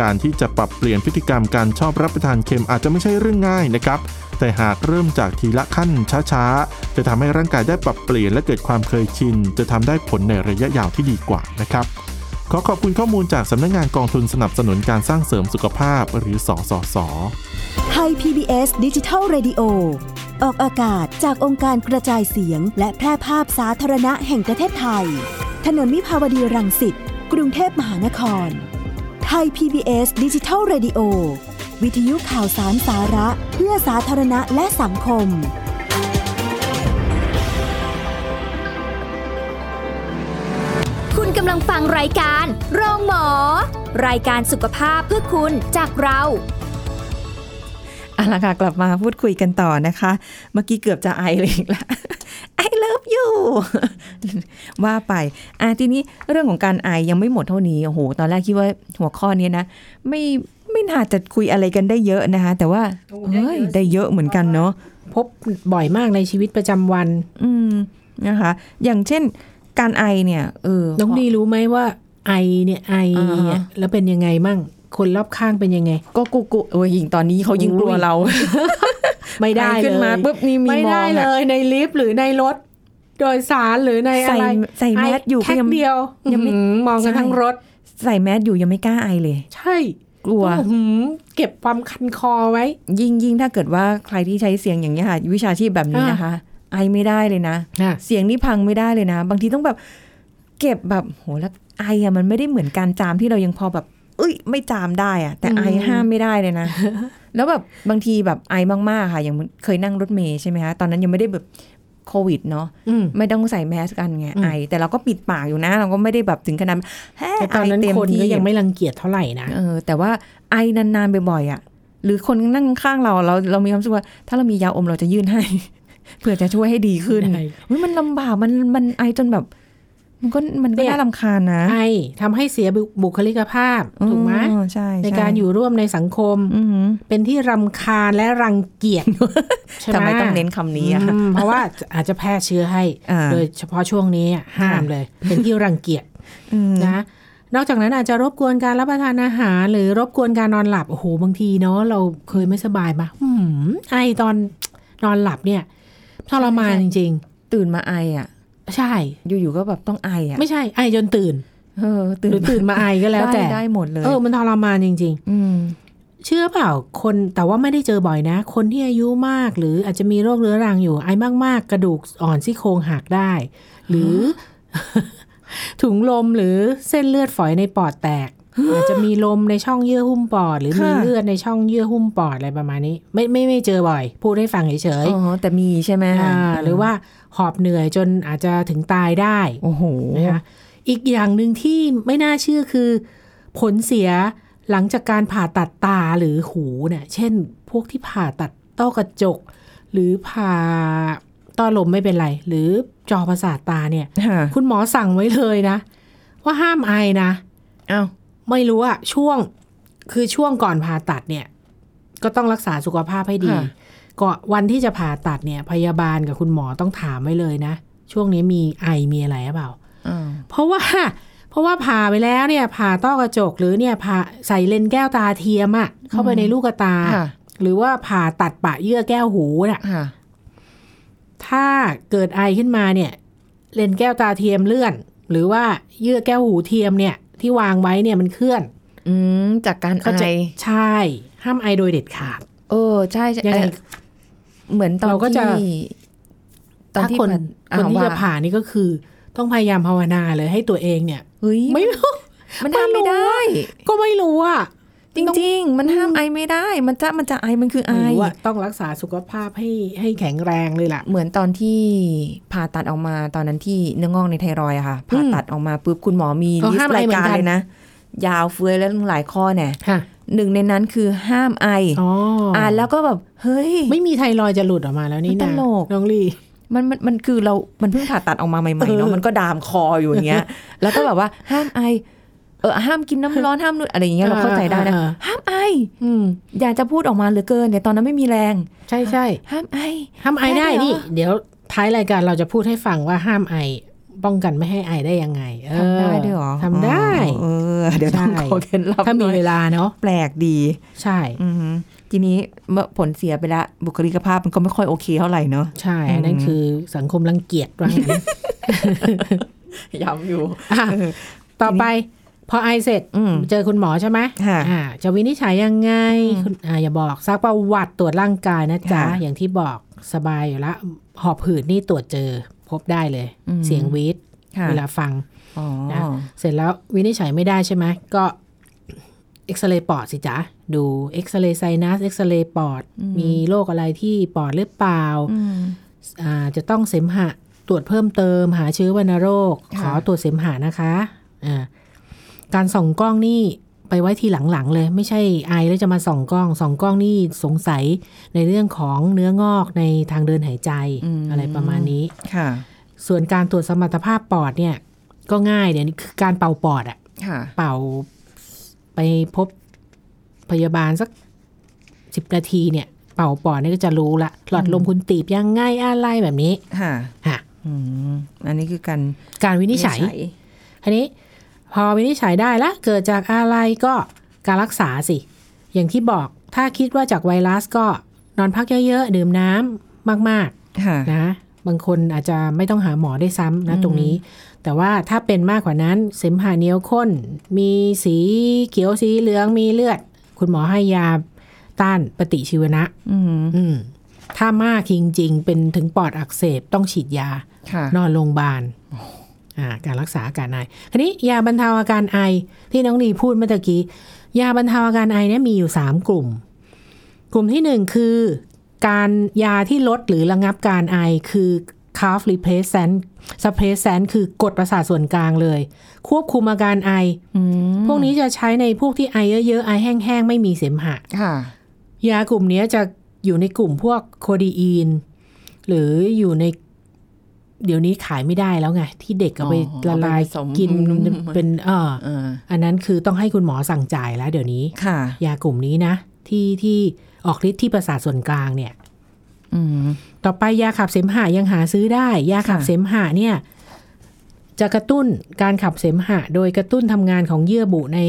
Speaker 4: การที่จะปรับเปลี่ยนพฤติกรรมการชอบรับประทานเค็มอาจจะไม่ใช่เรื่องง่ายนะครับ แต่หากเริ่มจากทีละขั้นช้าๆ จะทำให้ร่างกายได้ปรับเปลี่ยนและเกิดความเคยชิน จะทำได้ผลในระยะยาวที่ดีกว่านะครับ ขอขอบคุณข้อมูลจากสำนักงานกองทุนสนับสนุนการสร้างเสริมสุขภาพหรือสสส
Speaker 5: ไทย PBS ดิจิทัล Radio ออกอากาศจากองค์การกระจายเสียง และแพร่ภาพสาธารณะแห่งประเทศไทย ถนนวิภาวดีรังสิต กรุงเทพมหานคร ไทย PBS ดิจิทัล Radio วิทยุข่าวสารสาระเพื่อสาธารณะและสังคม
Speaker 1: คุณกำลังฟังรายการโรงหมอ รายการสุขภาพเพื่อคุณจากเรา
Speaker 2: เอาละค่ะกลับมาพูดคุยกันต่อนะคะ เมื่อกี้เกือบจะไอเลยอีกละ (laughs) ไอเลิฟยู (laughs) ว่าไปอ่ะทีนี้เรื่องของการไอยังไม่หมดเท่านี้โอ้โหตอนแรกคิดว่าหัวข้อเนี้ยนะ ไม่ไม่น่าจะคุยอะไรกันได้เยอะนะคะ แต่ว่าเฮ้ยได้เยอะเหมือนกันเนาะ
Speaker 3: พบบ่อยมากในชีวิตประจำวัน
Speaker 2: อืมนะคะ อย่างเช่นการไอเนี่ยเออ
Speaker 3: น้องดีรู้ไหมว่าไอเนี่ยไอเนี่ย
Speaker 2: อ่าฮะ
Speaker 3: แล้วเป็นยังไงมั่ง คนรอบข้างเป็นยังไง
Speaker 2: ก็กูกูโอ้ยยิงตอนนี้เขายิงกลัว
Speaker 3: อุ้ย
Speaker 2: เรา
Speaker 3: ไม่ได้
Speaker 2: อ้
Speaker 3: เล
Speaker 2: ขึ้นมาย (laughs) ปุ๊บนี่มี
Speaker 3: ไม่ได้
Speaker 2: องอะ
Speaker 3: เลยในลิฟต์หรือในรถ โดยสารหรือในอะ
Speaker 2: ใส่
Speaker 3: ไร
Speaker 2: ใส่แมสอยู่ก็
Speaker 3: แค่
Speaker 2: ยัง
Speaker 3: เดียว
Speaker 2: ยังไม่
Speaker 3: อื้อหือมองกัน
Speaker 2: ใช่
Speaker 3: ทั้งรถ
Speaker 2: ใส่แมสอยู่ยังไม่กล้าไอเลย
Speaker 3: ใช่
Speaker 2: กลัว
Speaker 3: อื้อหือเก็บความคันคอไว้
Speaker 2: ยิ่งยิ่งถ้าเกิดว่าใครที่ใช้เสียงอย่างนี้ยค่ะวิชาชีพแบบนี้นะคะ ไอไม่ได้เลยนะ
Speaker 3: นะ
Speaker 2: เสียงนี่พังไม่ได้เลยนะ บางทีต้องแบบ เก็บแบบโหแล้วไออะมันไม่ได้เหมือนการจามที่เรายังพอแบบ เอ้ย ไม่จามได้อะแต่ไอห้ามไม่ได้เลย
Speaker 3: (laughs)
Speaker 2: นะ แล้วแบบบางทีแบบไอมากๆค่ะ อย่างเคยนั่งรถเมย์ใช่ไหมคะตอนนั้นยังไม่ได้แบบโควิดเนาะ
Speaker 3: อืม
Speaker 2: ไม่ต้องใส่แมสกันไง
Speaker 3: อืม
Speaker 2: ไอ แต่เราก็ปิดปากอยู่นะ เราก็ไม่ได้แบบถึงขนาดแฮ่
Speaker 3: แต่ต
Speaker 2: ไอ
Speaker 3: อนนั้น
Speaker 2: เต็ม
Speaker 3: คน
Speaker 2: ที่
Speaker 3: ก็ยังไม่รังเกียจเท่าไหร่นะ
Speaker 2: เออแต่ว่าไอนานๆบ่อยๆอ่ะ หรือคนนั่งข้างเราเราเรามีความรู้สึกว่า ถ้าเรามียาอมเราจะยื่นให้ (laughs) เพื่อจะช่วยให้ดีขึ้น
Speaker 3: ได้
Speaker 2: เฮ้ยมันลำบากมันมันไอจนแบบ มันก็มันก็
Speaker 3: เนี่ย
Speaker 2: น่าลำคาญนะ
Speaker 3: ไอทำให้เสียบุบุคลิกภาพ ถูกไหม
Speaker 2: อ๋อใช่
Speaker 3: ในการอยู่ร่วมในสังคม
Speaker 2: อือหือ
Speaker 3: เป็นที่รำคาญและรังเกียจใช่ห
Speaker 2: ทำไมต้องเน้นคำนี้อะ
Speaker 3: อืมเพราะว่าอาจจะแพร่เชื้อให้
Speaker 2: อ่า
Speaker 3: โดยเฉพาะช่วงนี้อะห้ามเลย เป็นที่รังเกียจ
Speaker 2: อืม
Speaker 3: นะ นอกจากนั้นอาจจะรบกวนการรับประทานอาหาร หรือรบกวนการนอนหลับ โอ้โห บางทีเนาะเราเคยไม่สบายมาอืมไอตอนนอนหลับเนี่ยทรมานจริง
Speaker 2: ตื่นมาไออ่ะ
Speaker 3: ๆ ใช่
Speaker 2: อยู่ๆก็แบบต้องไออ่ะ
Speaker 3: ไม่ใช่ไอจนตื่น
Speaker 2: เออ
Speaker 3: หรือตื่นมาไอก็แล้วแต่
Speaker 2: ได้ได้หมดเลย
Speaker 3: เออ มันทรมานจริง
Speaker 2: ม
Speaker 3: ๆ เชื่อเปล่าคนแต่ว่าไม่ได้เจอบ่อยนะ คนที่อายุมากหรืออาจจะมีโรคเรื้อรังอยู่ ไอมาก ๆ กระดูกอ่อนซี่โครงหักได้ (laughs) หรือ ถุงลมหรือเส้นเลือดฝอยในปอดแตก อาจจะมีลมในช่องเยื่อหุ้มปอด หรือมี
Speaker 2: ค่ะ
Speaker 3: เลือดในช่องเยื่อหุ้มปอดอะไรประมาณนี้ ไม่ไม่ไม่เจอบ่อย พูดให้ฟังเฉย
Speaker 2: อ๋อแต่มีใช่ไหม
Speaker 3: ๆอ่าหรือว่าหอบเหนื่อยจนอาจจะถึงตายได้
Speaker 2: โอ้โห
Speaker 3: นะคะอีกอย่างหนึ่งที่ไม่น่าเชื่อคือ ผลเสียหลังจากการผ่าตัดตาหรือหูเนี่ยเช่น พวกที่ผ่าตัดต้อกระจก หรือผ่าต้อลมไม่เป็นไร หรือจอประสาทตาเนี่ย
Speaker 2: ค่ะ
Speaker 3: คุณหมอสั่งไว้เลยนะ ว่าห้ามไอนะ
Speaker 2: เอ้า
Speaker 3: ไม่รู้อะช่วงคือช่วงก่อนผ่าตัดเนี่ย ก็ต้องรักษาสุขภาพให้ดีก่อนวันที่จะผ่าตัดเนี่ย พยาบาลกับคุณหมอต้องถามไว้เลยนะ ช่วงนี้มีไอมีอะไรหรือเปล่า
Speaker 2: อ้าว
Speaker 3: เพราะว่า (laughs) เพราะว่าผ่าไปแล้วเนี่ย ผ่าต้อกระจกหรือเนี่ยผ่าใส่เลนส์แก้วตาเทียมอะเข้าไปในลูกตา
Speaker 2: ค่ะ
Speaker 3: หรือว่าผ่าตัดปะเยื่อแก้วหูน่ะ
Speaker 2: ค่ะ
Speaker 3: ถ้าเกิดไอขึ้นมาเนี่ย เลนส์แก้วตาเทียมเลื่อน หรือว่าเยื่อแก้วหูเทียมเนี่ย ที่วางไว้เนี่ยมันเคลื่อน
Speaker 2: อืมจากการไอ
Speaker 3: เขาจะใช่ ห้ามไอโดยเด็ดขาด
Speaker 2: เออใช่ใช่
Speaker 3: ยังไง
Speaker 2: เอ่อเหมือนตอน
Speaker 3: เราก็จะ
Speaker 2: ที่ตอน
Speaker 3: ถ้า
Speaker 2: ที่
Speaker 3: คน
Speaker 2: ผ่า
Speaker 3: คนที่
Speaker 2: อ่
Speaker 3: จะผ่านี่ก็คือ ต้องพยายามภาวนาเลยให้ตัวเองเนี่ย
Speaker 2: เฮ้ย
Speaker 3: ไม่รู้
Speaker 2: มันห้ามไม่ได้
Speaker 3: ก็ไม่รู้อ่ะ
Speaker 2: จริง ๆ มันห้ามไอไม่ได้ มันจะมันจะไอมันคือไอ
Speaker 3: ไม่รู้อ่ะต้องรักษาสุขภาพให้ให้แข็งแรงเลยล่ะ
Speaker 2: เหมือนตอนที่ผ่าตัดออกมาตอนนั้นที่เนื้องอกในไทรอยด์อะค่ะผ่าตัดออกมาปุ๊บคุณหมอมี
Speaker 3: เออ
Speaker 2: ลิส
Speaker 3: ห้าม
Speaker 2: ต์
Speaker 3: ไอ
Speaker 2: ราย
Speaker 3: เหมื
Speaker 2: กา
Speaker 3: อ
Speaker 2: ร
Speaker 3: นกัน
Speaker 2: เลยนะ ยาวเฟือยแล้วหลายข้อเนี่ย
Speaker 3: ค่ะ
Speaker 2: หนึ่งในนั้นคือห้ามไอ
Speaker 3: อ๋ออ
Speaker 2: อ่านแล้วก็แบบเฮ้ย
Speaker 3: ไม่มีไทรอยด์จะหลุดออกมาแล้วนี่
Speaker 2: มันต
Speaker 3: นะ
Speaker 2: ลก
Speaker 3: น้องลี่
Speaker 2: มันมันมันคือเรามันเพิ่งผ่าตัดออกมาใหม่ๆเนาะ
Speaker 3: เออ
Speaker 2: มันก็ดามคออยู่อย่างเงี้ย
Speaker 3: (laughs)
Speaker 2: แล้วก็แบบว่าห้ามไอ เออห้ามกินน้ำร้อนห้ามนู่นอะไรอย่างเงี้ยเราเข้าใจได้นะ
Speaker 3: เออเออ
Speaker 2: ห้ามไอ
Speaker 3: อืม
Speaker 2: อยากจะพูดออกมาเหลือเกินเนี่ยตอนนั้นไม่มีแรง
Speaker 3: ใช่ใช่
Speaker 2: ห้ามไอ
Speaker 3: ห้ามไอ
Speaker 2: ได้
Speaker 3: ได้
Speaker 2: เหรอ
Speaker 3: นี่ เดี๋ยวท้ายรายการเราจะพูดให้ฟังว่าห้ามไอ ป้องกันไม่ให้ไอได้ยังไงเออ
Speaker 2: ทำได้ด้วยเหรอ
Speaker 3: ทำได้
Speaker 2: เออเดี๋ยวต้อง
Speaker 3: ใช่
Speaker 2: ขอเคล็ดลับ
Speaker 3: ถ้า
Speaker 2: ห
Speaker 3: มี
Speaker 2: น่อย
Speaker 3: เวลาเนาะ
Speaker 2: แปลกดี
Speaker 3: ใช่
Speaker 2: อือหือทีนี้เมื่อผลเสียไปละบุคลิกภาพมันก็ไม่ค่อยโอเคเท่าไหร่เนาะ
Speaker 3: ใช่ อันนั้น
Speaker 2: อืม
Speaker 3: คือสังคมรังเกียจว่างั้น
Speaker 2: (laughs) ย้ำอยู่
Speaker 3: อ่ะต่อไปพอไอเสร็จ
Speaker 2: อืม
Speaker 3: เจอคุณหมอใช่ไหม
Speaker 2: ค่ะ
Speaker 3: อ่าจะวินิจฉัยยังไง
Speaker 2: อืม
Speaker 3: คุณอ่าอย่าบอกซักประวัติตรวจร่างกายนะจ๊ะ
Speaker 2: ค่ะ
Speaker 3: อย่างที่บอกสบายอยู่ละหอบหืดนี่ตรวจเจอพบได้เลย
Speaker 2: อืม
Speaker 3: เสียงวีด
Speaker 2: ค่ะ
Speaker 3: เวลาฟัง
Speaker 2: อ๋อ
Speaker 3: นะ เสร็จแล้ววินิจฉัยไม่ได้ใช่ไหมก็เอ็กซเรย์ปอดสิจ๊ะ ดูเอ็กซเรย์ไซนัสเอ็กซเรย์ปอด มีโรคอะไรที่ปอดหรือเปล่า
Speaker 2: อืม
Speaker 3: อ่าจะต้องเสมหะตรวจเพิ่มเติมหาเชื้อวัณโรค
Speaker 2: ค่ะ
Speaker 3: ขอตรวจเสมหะนะคะอ่าการส่องกล้องนี่ไปไว้ทีหลังๆเลย ไม่ใช่ไอแล้วจะมาส่องกล้องส่องกล้องนี่สงสัยในเรื่องของเนื้องอกในทางเดินหายใจอะไรประมาณนี้
Speaker 2: ค่ะ
Speaker 3: ส่วนการตรวจสมรรถภาพปอดเนี่ยก็ง่ายเดี๋ยวนี้คือการเป่าปอดอะ
Speaker 2: ค่ะ
Speaker 3: เป่าไปพบพยาบาลสักสิบนาทีเนี่ย เป่าปอดเนี่ยก็จะรู้ละหลอดลมคุณตีบยังไงอะไรแบบนี้
Speaker 2: ค่ะ
Speaker 3: ค่ะ
Speaker 2: อืมอันนี้คือการ
Speaker 3: การวินิจฉัยอันนี้ พอวินิจฉัยได้ละเกิดจากอะไรก็การรักษาสิ อย่างที่บอกถ้าคิดว่าจากไวรัสก็นอนพักเยอะๆ ดื่มน้ำมากๆ
Speaker 2: ค่ะ
Speaker 3: นะบางคนอาจจะไม่ต้องหาหมอได้วยซ้ำนะตรงนี้ แต่ว่าถ้าเป็นมากกว่านั้นเสมหะเหนียวข้น มีสีเขียวสีเหลืองมีเลือด คุณหมอให้ยาต้านปฏิชีวนะ
Speaker 2: อืม
Speaker 3: อืมถ้ามากจริงๆ เป็นถึงปอดอักเสบต้องฉีดยา
Speaker 2: ค่ะ
Speaker 3: นอนโรงพยาบาลอ่าการรักษาอาการไอคันนี้ยาบรรเทาอาการไอที่น้องนีพูดเมื่อตะกี้ ยาบรรเทาอาการไอเนี่ยมีอยู่สามกลุ่ม กลุ่มที่หนึ่งคือ การยาที่ลดหรือระงับการไอคือ cough replacement suppressant คือกดประสาทส่วนกลางเลย ควบคุมอาการไออพวกนี้จะใช้ในพวกที่ไอเยอะๆ ไอแห้งๆ ไม่มีเสมหะ
Speaker 2: ค่ะ
Speaker 3: ยากลุ่มเนี้ยจะอยู่ในกลุ่มพวกโคดีอีน หรืออยู่ในเดี๋ยวนี้ขายไม่ได้แล้วไง ที่เด็กเอาไป
Speaker 2: อ๋อ
Speaker 3: ละลาย
Speaker 2: เอาไปผสม
Speaker 3: กิน
Speaker 2: อืม
Speaker 3: เป็นเออ
Speaker 2: เออ
Speaker 3: อันนั้นคือต้องให้คุณหมอสั่งจ่ายแล้วเดี๋ยวนี้
Speaker 2: ค่ะ
Speaker 3: ยากลุ่มนี้นะ ที่ที่ออกฤทธิ์ที่ประสาทส่วนกลางเนี่ย
Speaker 2: อืม
Speaker 3: ต่อไปยาขับเสมหะยังหาซื้อได้ ยาขับ
Speaker 2: ค่ะ
Speaker 3: เสมหะเนี่ย จะกระตุ้นการขับเสมหะ โดยกระตุ้นทำงานของเยื่อบุใน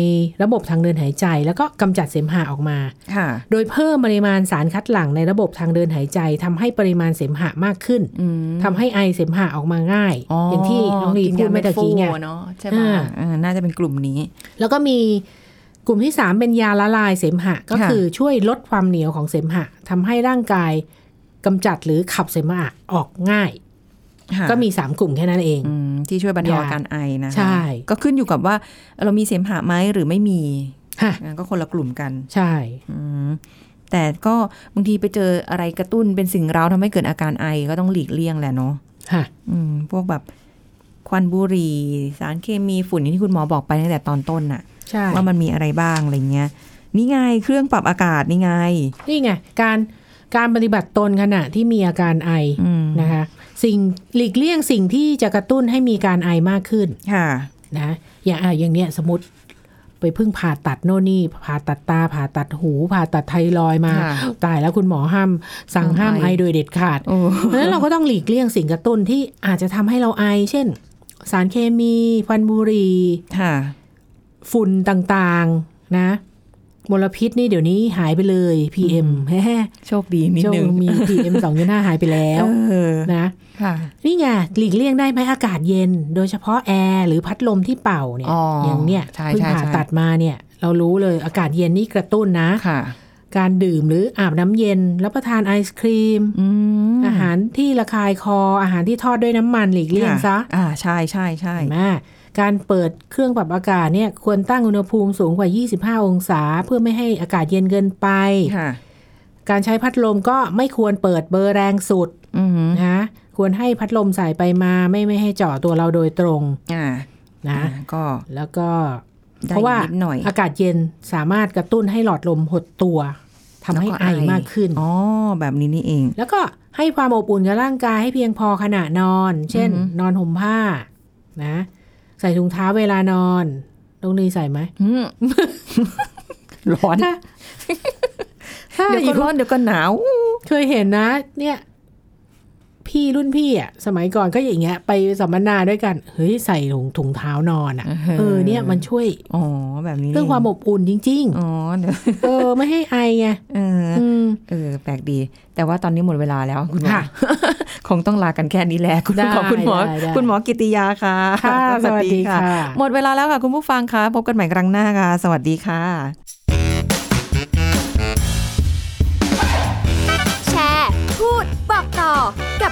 Speaker 3: ระบบทางเดินหายใจ แล้วก็กำจัดเสมหะออกมา
Speaker 2: ค่ะ
Speaker 3: โดยเพิ่มปริมาณสารคัดหลั่งในระบบทางเดินหายใจทำให้ปริมาณเสมหะมากขึ้น
Speaker 2: อืม
Speaker 3: ทำให้ไอเสมหะออกมาง่าย อย่างที่น้องลีพูดเมื่อตะกี้ไง
Speaker 2: นยาม็ดฟูเนาะใช่ไหม
Speaker 3: อ่า
Speaker 2: อ่าน่าจะเป็นกลุ่มนี้
Speaker 3: แล้วก็มีกลุ่มที่ 3 เป็นยาละลายเสมหะ ก็
Speaker 2: ค่ะ
Speaker 3: คือช่วยลดความเหนียวของเสมหะทำให้ร่างกายกำจัดหรือขับเสมหะออกง่าย
Speaker 2: ค่ะ
Speaker 3: ก็มี 3 กลุ่มแค่นั้นเอง
Speaker 2: อืม ที่ช่วยบรรเทาอาการไอนะคะ
Speaker 3: ใช่
Speaker 2: ก็ขึ้นอยู่กับว่าเรามีเสมหะไหมหรือไม่มี
Speaker 3: ฮะ
Speaker 2: อ่ะก็คนละกลุ่มกัน
Speaker 3: ใช่
Speaker 2: อืมแต่ก็บางทีไปเจออะไรกระตุ้นเป็นสิ่งเร้าทำให้เกิดอาการไอก็ต้องหลีกเลี่ยงแหละเนาะ
Speaker 3: ค่ะ
Speaker 2: อืมพวกแบบควันบุหรี่ สารเคมีฝุ่นอย่างที่คุณหมอบอกไปตั้งแต่ตอนต้นน่ะ
Speaker 3: ใช่
Speaker 2: ว่ามันมีอะไรบ้างอะไรเงี้ย นี่ไงเครื่องปรับอากาศนี่ไง
Speaker 3: นี่ไงการการปฏิบัติตนขณะที่มีอาการไอ
Speaker 2: อืม
Speaker 3: นะคะ สิ่งหลีกเลี่ยงสิ่งที่จะกระตุ้นให้มีการไอมากขึ้น
Speaker 2: ค่ะ
Speaker 3: นะอย่างอ่ะอย่างเนี้ยสมมติไปเพิ่งผ่าตัดโน่นนี่ผ่าตัดตาผ่าตัดหู ผ่าตัดไทรอยด์มา
Speaker 2: ค่ะ
Speaker 3: ตายแล้วคุณหมอห้าม สั่งห้าม
Speaker 2: ห้ามไอ
Speaker 3: ไอโดยเด็ดขาด
Speaker 2: โอ้
Speaker 3: เพราะฉะนั้นเราก็ต้องหลีกเลี่ยงสิ่งกระตุ้นที่อาจจะทำให้เราไอ เช่น สารเคมีควันบุหรี่
Speaker 2: ค่ะ
Speaker 3: ฝุ่นต่างๆ นะ มลพิษนี่เดี๋ยวนี้หายไปเลย PM แฮ่ (laughs)
Speaker 2: โชคดีนิด
Speaker 3: ช่ว
Speaker 2: นึ
Speaker 3: ง
Speaker 2: ง
Speaker 3: มี PM 2.5 หายไปแล้ว
Speaker 2: เออ
Speaker 3: นะ
Speaker 2: ค่ะ
Speaker 3: นี่ไงหลีกเลี่ยงได้ไหมอากาศเย็น โดยเฉพาะแอร์หรือพัดลมที่เป่าเนี่ย
Speaker 2: อ๋ออย่าง
Speaker 3: เนี้ย
Speaker 2: ใช่
Speaker 3: เพิ่ง
Speaker 2: ใช่
Speaker 3: ผ่า
Speaker 2: ใช่
Speaker 3: ตัดมาเนี่ย เรารู้เลยอากาศเย็นนี่กระตุ้นนะ
Speaker 2: ค่ะ
Speaker 3: การดื่มหรืออาบน้ำเย็นรับประทานไอศครีม
Speaker 2: อืม
Speaker 3: อาหารที่ระคายคออาหารที่ทอดด้วยน้ำมันหลีกเลี่ยงซะ
Speaker 2: อ่าใช่ใช่ใช่
Speaker 3: เห็นไหมการเปิดเครื่องปรับอากาศเนี่ยควรตั้งอุณหภูมิสูงกว่า 25 องศา เพื่อไม่ให้อากาศเย็นเกินไป
Speaker 2: ค่ะ
Speaker 3: การใช้พัดลมก็ไม่ควรเปิดเบอร์แรงสุด
Speaker 2: อืม
Speaker 3: นะควรให้พัดลมสายไปมาไม่ไม่ให้เจาะตัวเราโดยตรง
Speaker 2: อ่า
Speaker 3: นะ
Speaker 2: อ่าก็
Speaker 3: แล้วก็
Speaker 2: ได้
Speaker 3: เพราะว่า
Speaker 2: นิดหน่อย
Speaker 3: อากาศเย็นสามารถกระตุ้นให้หลอดลมหดตัวทำให้
Speaker 2: แล้ว
Speaker 3: ไอมากขึ้น
Speaker 2: อ๋อแบบนี้นี่เอง
Speaker 3: แล้วก็ให้ความอบอุ่นกับร่างกายให้เพียงพอขณะนอน เช่น
Speaker 2: อือหือ
Speaker 3: นอนห่มผ้านะใส่ถุงเท้าเวลานอนลุงนีใส่ไหม
Speaker 2: อืมร้อน
Speaker 3: ถ้าถ้า
Speaker 2: เดี๋ยวก็
Speaker 3: อยู่
Speaker 2: ร้อนเดี๋ยวก็หนาว
Speaker 3: เคยเห็นนะ เนี่ย พี่รุ่นพี่อ่ะสมัยก่อนก็อย่างเงี้ย ไปสัมมนาด้วยกันเฮ้ยใส่ถุงถุงเท้านอนอ่ะ
Speaker 2: อือฮะ
Speaker 3: เออเนี่ยมันช่วย
Speaker 2: อ๋อแบบนี้นี่
Speaker 3: เรื่องความอบอุ่นจริง
Speaker 2: อ๋อเดี๋ยว
Speaker 3: ๆ เออ ไม่ให้ไอไง
Speaker 2: เออ
Speaker 3: อืม
Speaker 2: เออ แปลกดี แต่ว่าตอนนี้หมดเวลาแล้วคุณหมอ
Speaker 3: ค่ะ
Speaker 2: คงต้องลากันแค่นี้แหละคุณ
Speaker 3: ได้
Speaker 2: ขอบคุณหมอ
Speaker 3: ได้ได้
Speaker 2: คุณหมอกิติยาค่ะ
Speaker 3: ค่ะสวัสดีค่ะ
Speaker 2: หมดเวลาแล้วค่ะ คุณผู้ฟังค่ะ พบกันใหม่ครั้งหน้าค่ะ สวัสดีค่ะ
Speaker 1: แชร์ พูด บอกต่อ กับ